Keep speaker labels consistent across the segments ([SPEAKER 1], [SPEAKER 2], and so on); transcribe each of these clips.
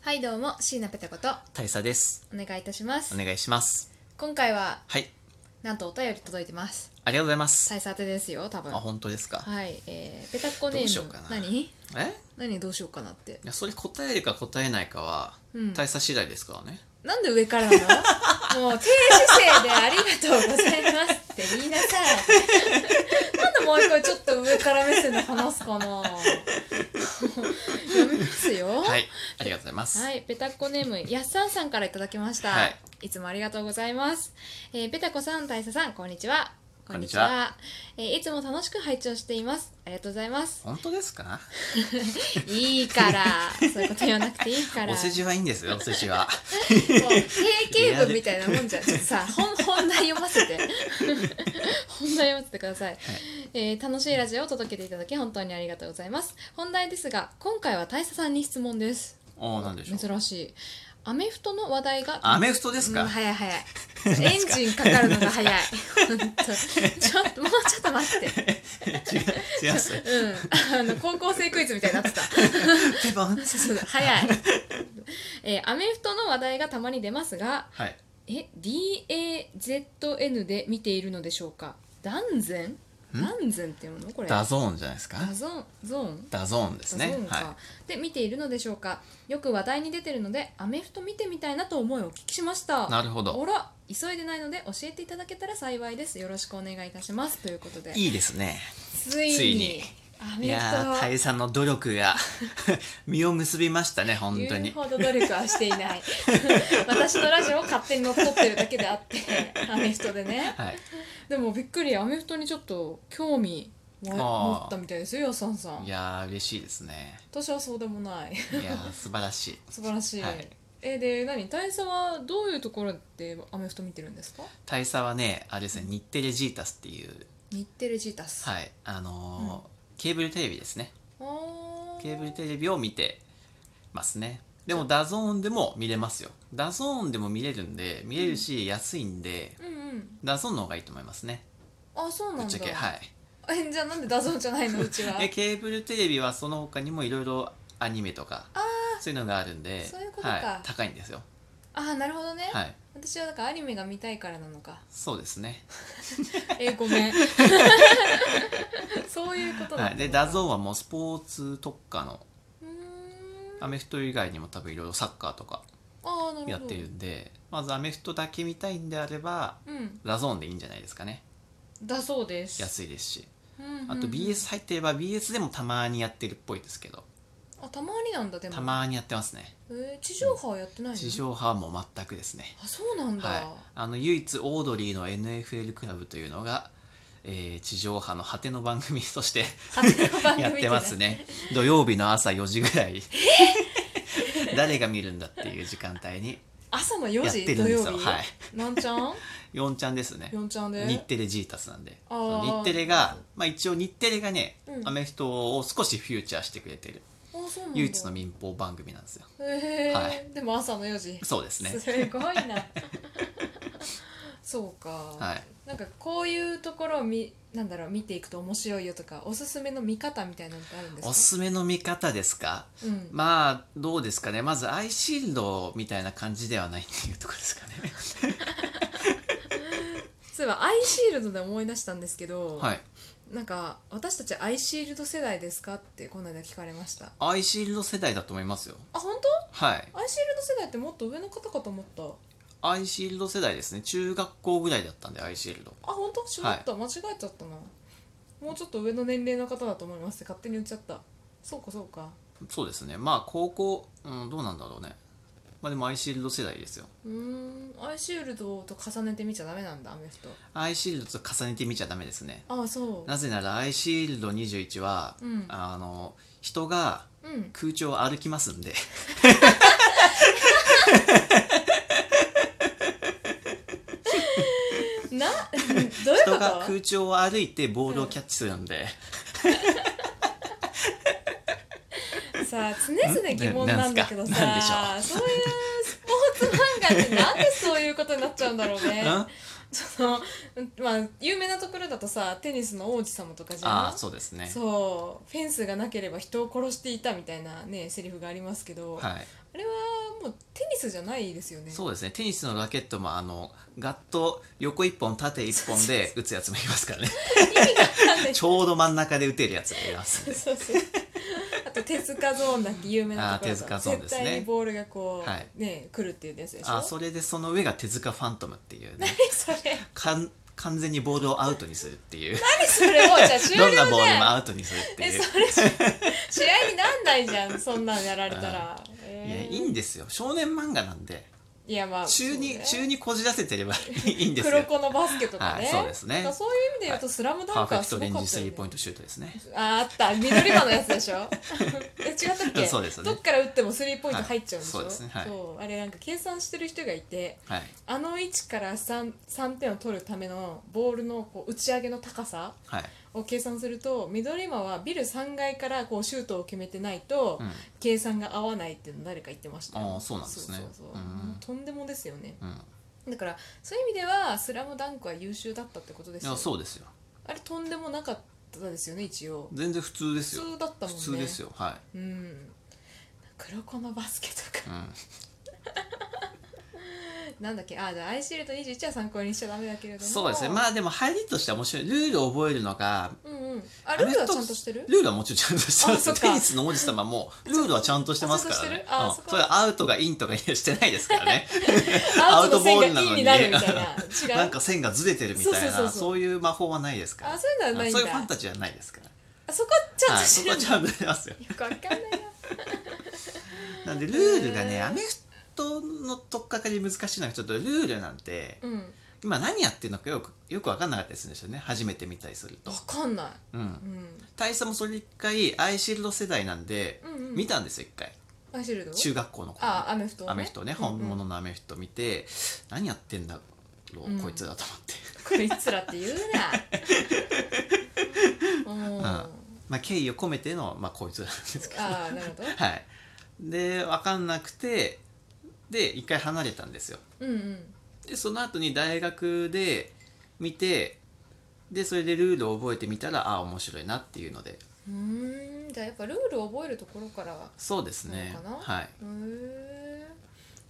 [SPEAKER 1] はいどうも椎名ペタこと
[SPEAKER 2] 大佐です。
[SPEAKER 1] お願いいたします
[SPEAKER 2] お願いします。
[SPEAKER 1] 今回は
[SPEAKER 2] はい、
[SPEAKER 1] なんとお便り届いてます
[SPEAKER 2] ありがとうございます。
[SPEAKER 1] 大佐宛てですよ多分
[SPEAKER 2] あ、
[SPEAKER 1] は
[SPEAKER 2] 本当ですか。
[SPEAKER 1] い、えー、ペタッコネ
[SPEAKER 2] どうし
[SPEAKER 1] ー
[SPEAKER 2] よう
[SPEAKER 1] ム
[SPEAKER 2] かな
[SPEAKER 1] 何
[SPEAKER 2] え、
[SPEAKER 1] 何どうしようかなって
[SPEAKER 2] いや、それ答えるか答えないかは
[SPEAKER 1] うん
[SPEAKER 2] 大佐次第ですからね。
[SPEAKER 1] なんで上 からなのもう低姿勢でありがとうございますって言いなさい なんでもう一回ちょっと上から目線で話すかな やめますよ
[SPEAKER 2] はい、ありがとうございます。
[SPEAKER 1] はい、ペタコネームやっさんさんからいただきました。
[SPEAKER 2] はい
[SPEAKER 1] い、つもありがとうございます。えー、ペタコさん、大佐さん、こんにちは。
[SPEAKER 2] こんにちは
[SPEAKER 1] えーいつも楽しく拝聴しています。ありがとうございます。
[SPEAKER 2] 本当ですか。
[SPEAKER 1] いいから、そういうこと言わなくていいから。
[SPEAKER 2] お世辞はいいんですよ、お世辞は。
[SPEAKER 1] こう定型文みたいなもんじゃんちょっとさ本本題読ませ て本題読ませてください、えー楽しいラジオを届けていただき本当にありがとうございます本題ですが今回は大佐さんに質問です
[SPEAKER 2] おお、なんでしょう。
[SPEAKER 1] 珍しいアメフトの話題が
[SPEAKER 2] アメフトです
[SPEAKER 1] うん
[SPEAKER 2] か。
[SPEAKER 1] 早い早 いエンジンかかるのが早い本当ちょっともうちょっと待って
[SPEAKER 2] 違う、違います。
[SPEAKER 1] うんあの高校生クイズみたいになってた
[SPEAKER 2] 手番。
[SPEAKER 1] そうそう早い、えーアメフトの話題がたまに出ますが
[SPEAKER 2] はい。
[SPEAKER 1] え DAZN で見ているのでしょうか断然断然っていうのこれ
[SPEAKER 2] ダゾーンじゃないですか。
[SPEAKER 1] ダゾンゾーン
[SPEAKER 2] ダゾーンです
[SPEAKER 1] ダゾー
[SPEAKER 2] ね
[SPEAKER 1] ン。か、
[SPEAKER 2] は
[SPEAKER 1] で見ているのでしょうかよく話題に出てるのでアメフト見てみたいなと思いお聞きしました
[SPEAKER 2] い。なるほど。
[SPEAKER 1] あら急いでないので教えていただけたら幸いですよろしくお願いいたしますということで
[SPEAKER 2] いいですね。
[SPEAKER 1] ついに
[SPEAKER 2] ついに
[SPEAKER 1] ア
[SPEAKER 2] い
[SPEAKER 1] メ
[SPEAKER 2] やー、大
[SPEAKER 1] フ
[SPEAKER 2] 佐の努力が 実を結びましたね、
[SPEAKER 1] ト
[SPEAKER 2] 本当
[SPEAKER 1] 言う
[SPEAKER 2] に。
[SPEAKER 1] ほど努力はしていない 私のラジオを勝手に乗っ取ってるだけであってアメフトでね
[SPEAKER 2] はい。
[SPEAKER 1] でもびっくりアメフトにちょっと興味わ
[SPEAKER 2] あー
[SPEAKER 1] 持ったみたいですよやさんさ
[SPEAKER 2] い
[SPEAKER 1] ん
[SPEAKER 2] やー、嬉しいですね。
[SPEAKER 1] 私はそうでもない
[SPEAKER 2] いやー、素晴らしい。
[SPEAKER 1] 素晴らしい、
[SPEAKER 2] はい
[SPEAKER 1] えで何大佐はどういうところでアメフト見てるんですか
[SPEAKER 2] 大佐はねあれですね日テレジータスっていう
[SPEAKER 1] 日テレジータス、
[SPEAKER 2] はいあのーケーブルテレビですね
[SPEAKER 1] あー
[SPEAKER 2] ケーブルテレビを見てますねでもダゾーンでも見れますよダゾーンでも見れるんで見れるし、安いんで
[SPEAKER 1] うんうん
[SPEAKER 2] ダゾーンの方がいいと思いますね
[SPEAKER 1] あそうなんだ
[SPEAKER 2] ぶっちゃけはい
[SPEAKER 1] えじゃあなんでダゾーンじゃない のうちは
[SPEAKER 2] えケーブルテレビはその他にもいろいろアニメとかそういうのがあるんで
[SPEAKER 1] そういうことか
[SPEAKER 2] はい、高いんですよ
[SPEAKER 1] ああなるほどね、
[SPEAKER 2] はい
[SPEAKER 1] 私はだからアニメが見たいからなのか
[SPEAKER 2] そうですね、
[SPEAKER 1] えごめん そういうこと
[SPEAKER 2] は
[SPEAKER 1] だ
[SPEAKER 2] い、でダ
[SPEAKER 1] ー
[SPEAKER 2] ゾーンはもうスポーツ特化の
[SPEAKER 1] ンうーん
[SPEAKER 2] アメフト以外にも多分いろいろサッカーとか
[SPEAKER 1] ああなるほど
[SPEAKER 2] やってるんでまずアメフトだけ見たいんであれば
[SPEAKER 1] うん
[SPEAKER 2] ラゾーンでいいんじゃないですかね
[SPEAKER 1] だそうです
[SPEAKER 2] 安いですし
[SPEAKER 1] うんうん
[SPEAKER 2] あと BS 入ってれば BS でもたまにやってるっぽいですけど
[SPEAKER 1] あたまになんだでも
[SPEAKER 2] たまにやってますね
[SPEAKER 1] えー地上波はやってないの
[SPEAKER 2] 地上波も全くですね
[SPEAKER 1] あそうなんだ、
[SPEAKER 2] はいあの唯一オードリーの NFL クラブというのが、えー地上波の果ての番組として
[SPEAKER 1] 勝手な番組
[SPEAKER 2] やってますね土曜日の朝4時ぐ らい誰が見るんだっていう時間帯に
[SPEAKER 1] 朝の4
[SPEAKER 2] やっ
[SPEAKER 1] 時
[SPEAKER 2] て
[SPEAKER 1] 土
[SPEAKER 2] るんで
[SPEAKER 1] 曜
[SPEAKER 2] すよ
[SPEAKER 1] 日、
[SPEAKER 2] は
[SPEAKER 1] なんちゃ ん
[SPEAKER 2] 4ちゃんですね
[SPEAKER 1] 4ちゃんで
[SPEAKER 2] 日テレジータスなんで
[SPEAKER 1] あー
[SPEAKER 2] その日テレが、まあ、一応日テレがね、
[SPEAKER 1] うん
[SPEAKER 2] アメフトを少しフューチャーしてくれてる
[SPEAKER 1] あそうなんだ
[SPEAKER 2] 唯一の民放番組なんですよ
[SPEAKER 1] へー
[SPEAKER 2] はい
[SPEAKER 1] でも朝の4時
[SPEAKER 2] そうですね
[SPEAKER 1] ごい なそうか、
[SPEAKER 2] はい
[SPEAKER 1] なんかこういうところをみなんだろう見ていくと面白いよとかおすすめの見方みたいなのってあるんですか
[SPEAKER 2] おすすめの見方ですか
[SPEAKER 1] うん、
[SPEAKER 2] まあどうですかねまずアイシールドみたいな感じではないっていうところですかね
[SPEAKER 1] そういえばアイシールドで思い出したんですけど、
[SPEAKER 2] はい
[SPEAKER 1] なんか私たちアイシールド世代ですかってこの間聞かれました
[SPEAKER 2] アイシールド世代だと思いますよ
[SPEAKER 1] あ本
[SPEAKER 2] はい
[SPEAKER 1] 当アイシールド世代ってもっと上の方かと思った
[SPEAKER 2] アイシールド世代ですね中学校ぐらいだったんでアイシールド
[SPEAKER 1] あ本当しまった、間違えちゃったなもうちょっと上の年齢の方だと思いますって勝手に言っちゃったそうかそうか
[SPEAKER 2] そうですねまあ高校、うん、どうなんだろうねまあでもアイシールド世代ですよ
[SPEAKER 1] うーんアイシールドと重ねてみちゃダメなんだアメフト
[SPEAKER 2] アイシールドと重ねてみちゃダメですね
[SPEAKER 1] ああそう
[SPEAKER 2] なぜならアイシールド21は、
[SPEAKER 1] うん
[SPEAKER 2] あの人が
[SPEAKER 1] うん
[SPEAKER 2] 空中を歩きます んで
[SPEAKER 1] な どういう
[SPEAKER 2] 人
[SPEAKER 1] こ
[SPEAKER 2] が
[SPEAKER 1] と
[SPEAKER 2] 空中を歩いてボールをキャッチするんで、
[SPEAKER 1] さあ常々疑問なんだけど
[SPEAKER 2] んなんすか
[SPEAKER 1] さそういうスポーツ漫画ってなんでそういうことになっちゃうんだろうね
[SPEAKER 2] うん、
[SPEAKER 1] そのまあ有名なところだとさテニスの王子様とかじゃん
[SPEAKER 2] ああそうですね
[SPEAKER 1] そうフェンスがなければ人を殺していたみたいなねセリフがありますけど、
[SPEAKER 2] はい
[SPEAKER 1] あれはもうテニスじゃないですよね
[SPEAKER 2] そうですねテニスのラケットもあのガッと横1本縦1本 で打つやつもいますからね
[SPEAKER 1] 意味がわかんない
[SPEAKER 2] ちょうど真ん中で打てるやつがいますんで
[SPEAKER 1] そうそうあと手塚ゾーンだって有名なところだと
[SPEAKER 2] あー手塚ゾーンですね
[SPEAKER 1] 絶対にボールがこう、
[SPEAKER 2] はい
[SPEAKER 1] ね来るっていうやつ でしょ
[SPEAKER 2] あそれでその上が手塚ファントムっていうね
[SPEAKER 1] 何それ
[SPEAKER 2] かん完全にボールをアウトにするっていう
[SPEAKER 1] 何それもうじゃあ終了
[SPEAKER 2] ど
[SPEAKER 1] ね
[SPEAKER 2] んなボールもアウトにするって
[SPEAKER 1] え
[SPEAKER 2] いう
[SPEAKER 1] それし試合になんないじゃんそんなんやられた ら、
[SPEAKER 2] いや
[SPEAKER 1] えー
[SPEAKER 2] いいんですよ少年漫画なんで
[SPEAKER 1] いやまあ
[SPEAKER 2] 中に、
[SPEAKER 1] そう
[SPEAKER 2] 中
[SPEAKER 1] ね
[SPEAKER 2] にこじらせてればいいんです
[SPEAKER 1] 黒
[SPEAKER 2] よ
[SPEAKER 1] 子のバスケとかね、
[SPEAKER 2] はいそうですね
[SPEAKER 1] だからそういう意味で言うと「スラムダ
[SPEAKER 2] パー
[SPEAKER 1] ン
[SPEAKER 2] フ
[SPEAKER 1] ク
[SPEAKER 2] ェ
[SPEAKER 1] は
[SPEAKER 2] ク
[SPEAKER 1] す
[SPEAKER 2] ト
[SPEAKER 1] ご
[SPEAKER 2] レ
[SPEAKER 1] か
[SPEAKER 2] ン
[SPEAKER 1] った
[SPEAKER 2] ジス
[SPEAKER 1] よ
[SPEAKER 2] リ
[SPEAKER 1] ね
[SPEAKER 2] ーポイントシュートですね
[SPEAKER 1] ああった緑場のやつでし ょえ違ったっけ
[SPEAKER 2] そうですね
[SPEAKER 1] どっから打ってもスリーポイント入っちゃうんでしょ、
[SPEAKER 2] はいそうですねはい
[SPEAKER 1] そうあれなんか計算してる人がいて
[SPEAKER 2] はい
[SPEAKER 1] あの位置から 3, 3点を取るためのボールのこう打ち上げの高さ
[SPEAKER 2] はい、
[SPEAKER 1] を計算すると緑間はビル3階からこうシュートを決めてないと、
[SPEAKER 2] うん
[SPEAKER 1] 計算が合わないっていうの誰か言ってましたよ
[SPEAKER 2] ああそうなんですね
[SPEAKER 1] そうそうそう
[SPEAKER 2] うん
[SPEAKER 1] もうとんでもですよね
[SPEAKER 2] うん、
[SPEAKER 1] だからそういう意味では「スラムダンクは優秀だったってことで
[SPEAKER 2] い
[SPEAKER 1] すよ
[SPEAKER 2] やそうですよ
[SPEAKER 1] あれとんでもなかったですよね一応
[SPEAKER 2] 全然普通ですよ
[SPEAKER 1] 普通だったもんね
[SPEAKER 2] 普通ですよは
[SPEAKER 1] うん黒子のバスケとか
[SPEAKER 2] い、うん、
[SPEAKER 1] なんだっけああじゃあアイシールド21は参考にしちゃダメだけれども
[SPEAKER 2] そうですねまあでも入りとしては面白いルールを覚えるのが
[SPEAKER 1] うんうんあルールはちゃんとしてる
[SPEAKER 2] ルールはもちろんちゃんとしてます
[SPEAKER 1] あそっか
[SPEAKER 2] テニスの王子様もルールはちゃんとしてますからね
[SPEAKER 1] あ
[SPEAKER 2] うん
[SPEAKER 1] そっか
[SPEAKER 2] それはアウトがインとかいやしてないですか らね
[SPEAKER 1] アウトの線
[SPEAKER 2] アウトボール
[SPEAKER 1] が
[SPEAKER 2] な
[SPEAKER 1] イ
[SPEAKER 2] の
[SPEAKER 1] ン
[SPEAKER 2] に
[SPEAKER 1] になるみたいな違う
[SPEAKER 2] なんか線がずれてるみたい
[SPEAKER 1] そう
[SPEAKER 2] な
[SPEAKER 1] そうそうそう
[SPEAKER 2] そういう魔法はないですから
[SPEAKER 1] あそういうのはないんだ
[SPEAKER 2] そういうファンタジーはないですから
[SPEAKER 1] あそこはちゃん
[SPEAKER 2] は
[SPEAKER 1] と
[SPEAKER 2] い、
[SPEAKER 1] し
[SPEAKER 2] そ
[SPEAKER 1] て
[SPEAKER 2] こ
[SPEAKER 1] る
[SPEAKER 2] は
[SPEAKER 1] んだ
[SPEAKER 2] ちゃんとありますよ
[SPEAKER 1] よくわかんないな
[SPEAKER 2] なんでルールが
[SPEAKER 1] へ
[SPEAKER 2] ね
[SPEAKER 1] ー
[SPEAKER 2] アメフトの取っかかり難しいのがちょっとルールなんて
[SPEAKER 1] うん
[SPEAKER 2] 今何やってるのかよくよく分かんなかったりするんですよね初めて見たりすると
[SPEAKER 1] わ、かんない
[SPEAKER 2] うん、
[SPEAKER 1] うん
[SPEAKER 2] 大佐もそれ一回アイシールド世代なんで、
[SPEAKER 1] うんうん
[SPEAKER 2] 見たんですよ一回
[SPEAKER 1] アイシールド
[SPEAKER 2] 中学校の頃に
[SPEAKER 1] あアメフトをね
[SPEAKER 2] アメフトね
[SPEAKER 1] うんうん
[SPEAKER 2] 本物のアメフト見て、何やってんだろう、
[SPEAKER 1] うん
[SPEAKER 2] こいつだと思って、
[SPEAKER 1] こいつらって言うなうん
[SPEAKER 2] まあ、敬意を込めての、まあ、こいつなんですけど
[SPEAKER 1] ああなるほど
[SPEAKER 2] はいで分かんなくてで一回離れたんですよ
[SPEAKER 1] うんうん
[SPEAKER 2] でその後に大学で見てでそれでルールを覚えてみたらああ面白いなっていうので
[SPEAKER 1] うーんじゃあやっぱルールを覚えるところからは
[SPEAKER 2] そうですね
[SPEAKER 1] そうかな
[SPEAKER 2] はい
[SPEAKER 1] へえ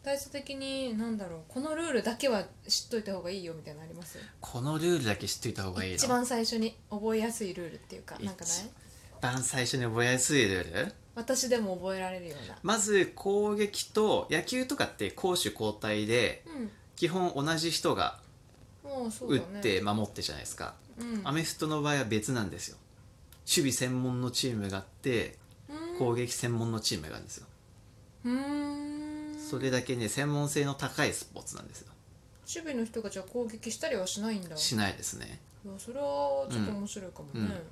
[SPEAKER 1] 対照的に何だろうこのルールだけは知っといた方がいいよみたいなのあります
[SPEAKER 2] このルールだけ知っておいた方がいいの
[SPEAKER 1] 一番最初に覚えやすいルールっていうかなんかない
[SPEAKER 2] 一番最初に覚えやすいルール
[SPEAKER 1] 私でも覚えられるような
[SPEAKER 2] まず攻撃と野球とかって攻守交代で
[SPEAKER 1] うん
[SPEAKER 2] 基本同じ人が
[SPEAKER 1] もうそう
[SPEAKER 2] 打っ
[SPEAKER 1] だね
[SPEAKER 2] て守ってじゃないですか、
[SPEAKER 1] うん
[SPEAKER 2] アメフトの場合は別なんですよ守備専門のチームがあって
[SPEAKER 1] うん
[SPEAKER 2] 攻撃専門のチームがあるんですよ、
[SPEAKER 1] うーん
[SPEAKER 2] それだけね専門性の高いスポーツなんですよ
[SPEAKER 1] 守備の人がじゃあ攻撃したりはしないんだ
[SPEAKER 2] しないですね
[SPEAKER 1] いやそれはちょっと面白いかもね、
[SPEAKER 2] うんうん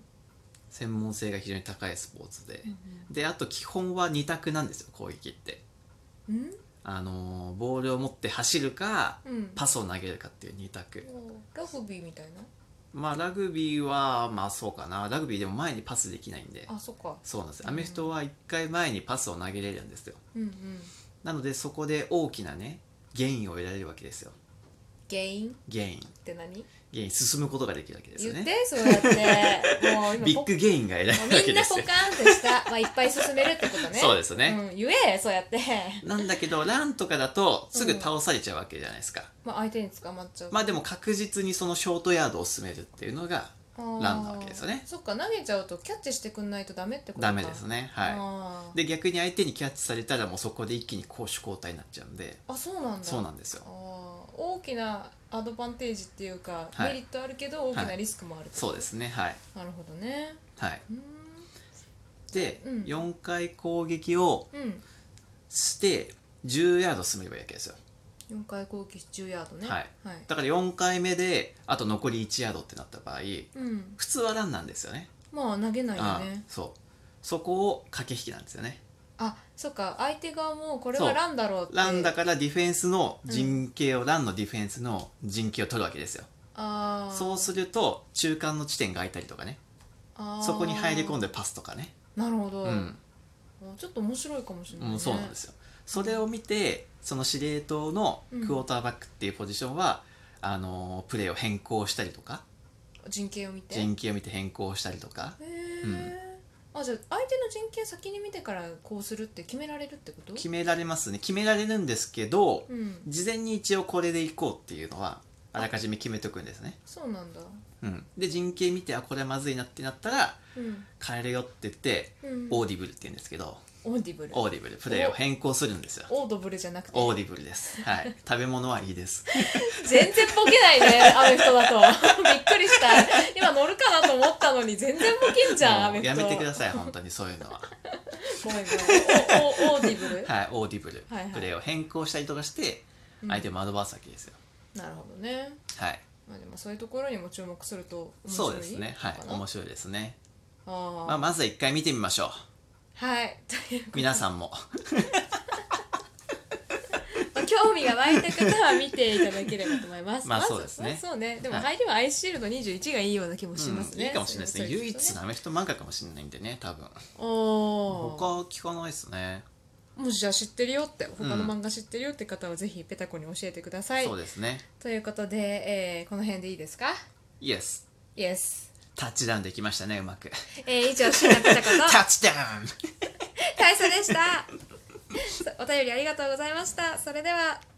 [SPEAKER 2] 専門性が非常に高いスポーツで、
[SPEAKER 1] う
[SPEAKER 2] であと基本は2択なんですよ攻撃って
[SPEAKER 1] ん
[SPEAKER 2] あのーボールを持って走るか
[SPEAKER 1] うん
[SPEAKER 2] パスを投げるかっていう2択
[SPEAKER 1] ラグビーみたいな
[SPEAKER 2] まあラグビーはまあそうかなラグビーでも前にパスできないんで
[SPEAKER 1] あそっか
[SPEAKER 2] そうなんですよ
[SPEAKER 1] うん
[SPEAKER 2] アメフトは1回前にパスを投げれるんですよ
[SPEAKER 1] うんうん
[SPEAKER 2] なのでそこで大きなねゲインを得られるわけですよ
[SPEAKER 1] 原因っ
[SPEAKER 2] ゲイン
[SPEAKER 1] て何
[SPEAKER 2] ゲイン進むことができるわけです
[SPEAKER 1] 言
[SPEAKER 2] よ
[SPEAKER 1] っ
[SPEAKER 2] ね
[SPEAKER 1] てそうや ってもう今
[SPEAKER 2] ビッグゲイン が得られ
[SPEAKER 1] も
[SPEAKER 2] る
[SPEAKER 1] う
[SPEAKER 2] わ
[SPEAKER 1] み
[SPEAKER 2] け
[SPEAKER 1] んな
[SPEAKER 2] です
[SPEAKER 1] ポカ
[SPEAKER 2] よ
[SPEAKER 1] ーンってした、まあ、いっぱい進めるってことね
[SPEAKER 2] そうですね、
[SPEAKER 1] うん、言えそうやって、
[SPEAKER 2] なんだけどランとかだとすぐ倒されちゃうわけじゃないですか、
[SPEAKER 1] まあ、相手に捕まっちゃう
[SPEAKER 2] まあでも確実にそのショートヤードを進めるっていうのが
[SPEAKER 1] あー
[SPEAKER 2] ランなわけですよね
[SPEAKER 1] そっか投げちゃうとキャッチしてくんないとダメってことか
[SPEAKER 2] ダメですねは
[SPEAKER 1] あ
[SPEAKER 2] い
[SPEAKER 1] ー
[SPEAKER 2] で逆に相手にキャッチされたらもうそこで一気に攻守交代になっちゃうんで
[SPEAKER 1] あそうなんだ
[SPEAKER 2] そうなんですよ
[SPEAKER 1] あー大きなアドバンテージっていうか、
[SPEAKER 2] はい
[SPEAKER 1] メリットあるけど大きなリスクもあるってこと
[SPEAKER 2] そうですねはい
[SPEAKER 1] なるほどね
[SPEAKER 2] はい、
[SPEAKER 1] うーん
[SPEAKER 2] で、
[SPEAKER 1] うん
[SPEAKER 2] 4回攻撃を
[SPEAKER 1] うん
[SPEAKER 2] して10ヤード進めばいいわけですよ
[SPEAKER 1] 4回攻撃10ヤードね
[SPEAKER 2] はいだから4回目であと残り1ヤードってなった場合
[SPEAKER 1] うん、
[SPEAKER 2] 普通はランなんですよね
[SPEAKER 1] まあ投げないよ
[SPEAKER 2] ああ
[SPEAKER 1] ね
[SPEAKER 2] そうそこを駆け引きなんですよね
[SPEAKER 1] あそっか相手側もこれ
[SPEAKER 2] そ
[SPEAKER 1] は
[SPEAKER 2] う
[SPEAKER 1] ランだろうって
[SPEAKER 2] ランだからディフェンスの陣形を、ランのディフェンスの陣形を取るわけですよ
[SPEAKER 1] あー
[SPEAKER 2] そうすると中間の地点が空いたりとかね
[SPEAKER 1] あー
[SPEAKER 2] そこに入り込んでパスとかね
[SPEAKER 1] なるほど、
[SPEAKER 2] うん、
[SPEAKER 1] ちょっと面白いかもしれない、ね
[SPEAKER 2] うん、そうなんですよそれを見てその司令塔のクォーターバックっていうポジションは、あのープレーを変更したりとか
[SPEAKER 1] 人形を見て
[SPEAKER 2] 陣形を見て変更したりとか
[SPEAKER 1] へー
[SPEAKER 2] うん
[SPEAKER 1] あじゃあ相手の人権先に見てからこうするって決められるってこと
[SPEAKER 2] 決められますね決められるんですけど、
[SPEAKER 1] うん
[SPEAKER 2] 事前に一応これでいこうっていうのはあらかじめ決めとくんですね、
[SPEAKER 1] そうなんだ
[SPEAKER 2] うん、で人形見てあこれまずいなってなったら
[SPEAKER 1] うん、
[SPEAKER 2] 変えるよって言って、
[SPEAKER 1] うん、
[SPEAKER 2] オ
[SPEAKER 1] オ
[SPEAKER 2] ーディブルって言うんですけど
[SPEAKER 1] ーディブル
[SPEAKER 2] オーディブルプレイを変更するんですよ
[SPEAKER 1] オードブルじゃなくて
[SPEAKER 2] オーディブルですはい食べ物はいいです
[SPEAKER 1] 全然ボケないね アメフトだとびっくりした今乗るかなと思ったのに全然ボケんじゃんア
[SPEAKER 2] も
[SPEAKER 1] メ
[SPEAKER 2] う
[SPEAKER 1] フト
[SPEAKER 2] やめてくだ
[SPEAKER 1] さ
[SPEAKER 2] さい本当にそういうのは
[SPEAKER 1] いごめんごめんおおオーディブル、
[SPEAKER 2] はいオーディブル、
[SPEAKER 1] はいはい
[SPEAKER 2] プレイを変更したりとかして
[SPEAKER 1] うん
[SPEAKER 2] 相手を惑わすわけですよ、
[SPEAKER 1] なるほどね
[SPEAKER 2] はい
[SPEAKER 1] まあでもそういうところにも注目すると面白い
[SPEAKER 2] そうですねはい
[SPEAKER 1] のかな
[SPEAKER 2] 面白いですね、
[SPEAKER 1] あー、
[SPEAKER 2] まあ、まずは一回見てみましょう
[SPEAKER 1] はいということで
[SPEAKER 2] 皆さんも
[SPEAKER 1] まあ興味が湧いた方は見ていただければと思います。
[SPEAKER 2] まあ
[SPEAKER 1] ず
[SPEAKER 2] そうですね
[SPEAKER 1] まあそうね。でも
[SPEAKER 2] はい
[SPEAKER 1] 入りはアイスシールド21がいいような気もします
[SPEAKER 2] うん、
[SPEAKER 1] ね。
[SPEAKER 2] いいかもしれないですね
[SPEAKER 1] そう
[SPEAKER 2] 唯
[SPEAKER 1] うこと
[SPEAKER 2] 一のアメフト漫画かもしれないんでね多分
[SPEAKER 1] お
[SPEAKER 2] 他
[SPEAKER 1] お。
[SPEAKER 2] 聞かないですね、
[SPEAKER 1] もしじゃあ知ってるよって他の
[SPEAKER 2] うん
[SPEAKER 1] 漫画知ってるよって方はぜひペタコに教えてください。
[SPEAKER 2] そうですね
[SPEAKER 1] ということで、えーこの辺でいいですか
[SPEAKER 2] イエス
[SPEAKER 1] イエス。
[SPEAKER 2] タッチダウンできましたねうまく
[SPEAKER 1] えー以上、シナペタ コと
[SPEAKER 2] タッチダウン
[SPEAKER 1] 大佐でした。お便りありがとうございました。それでは。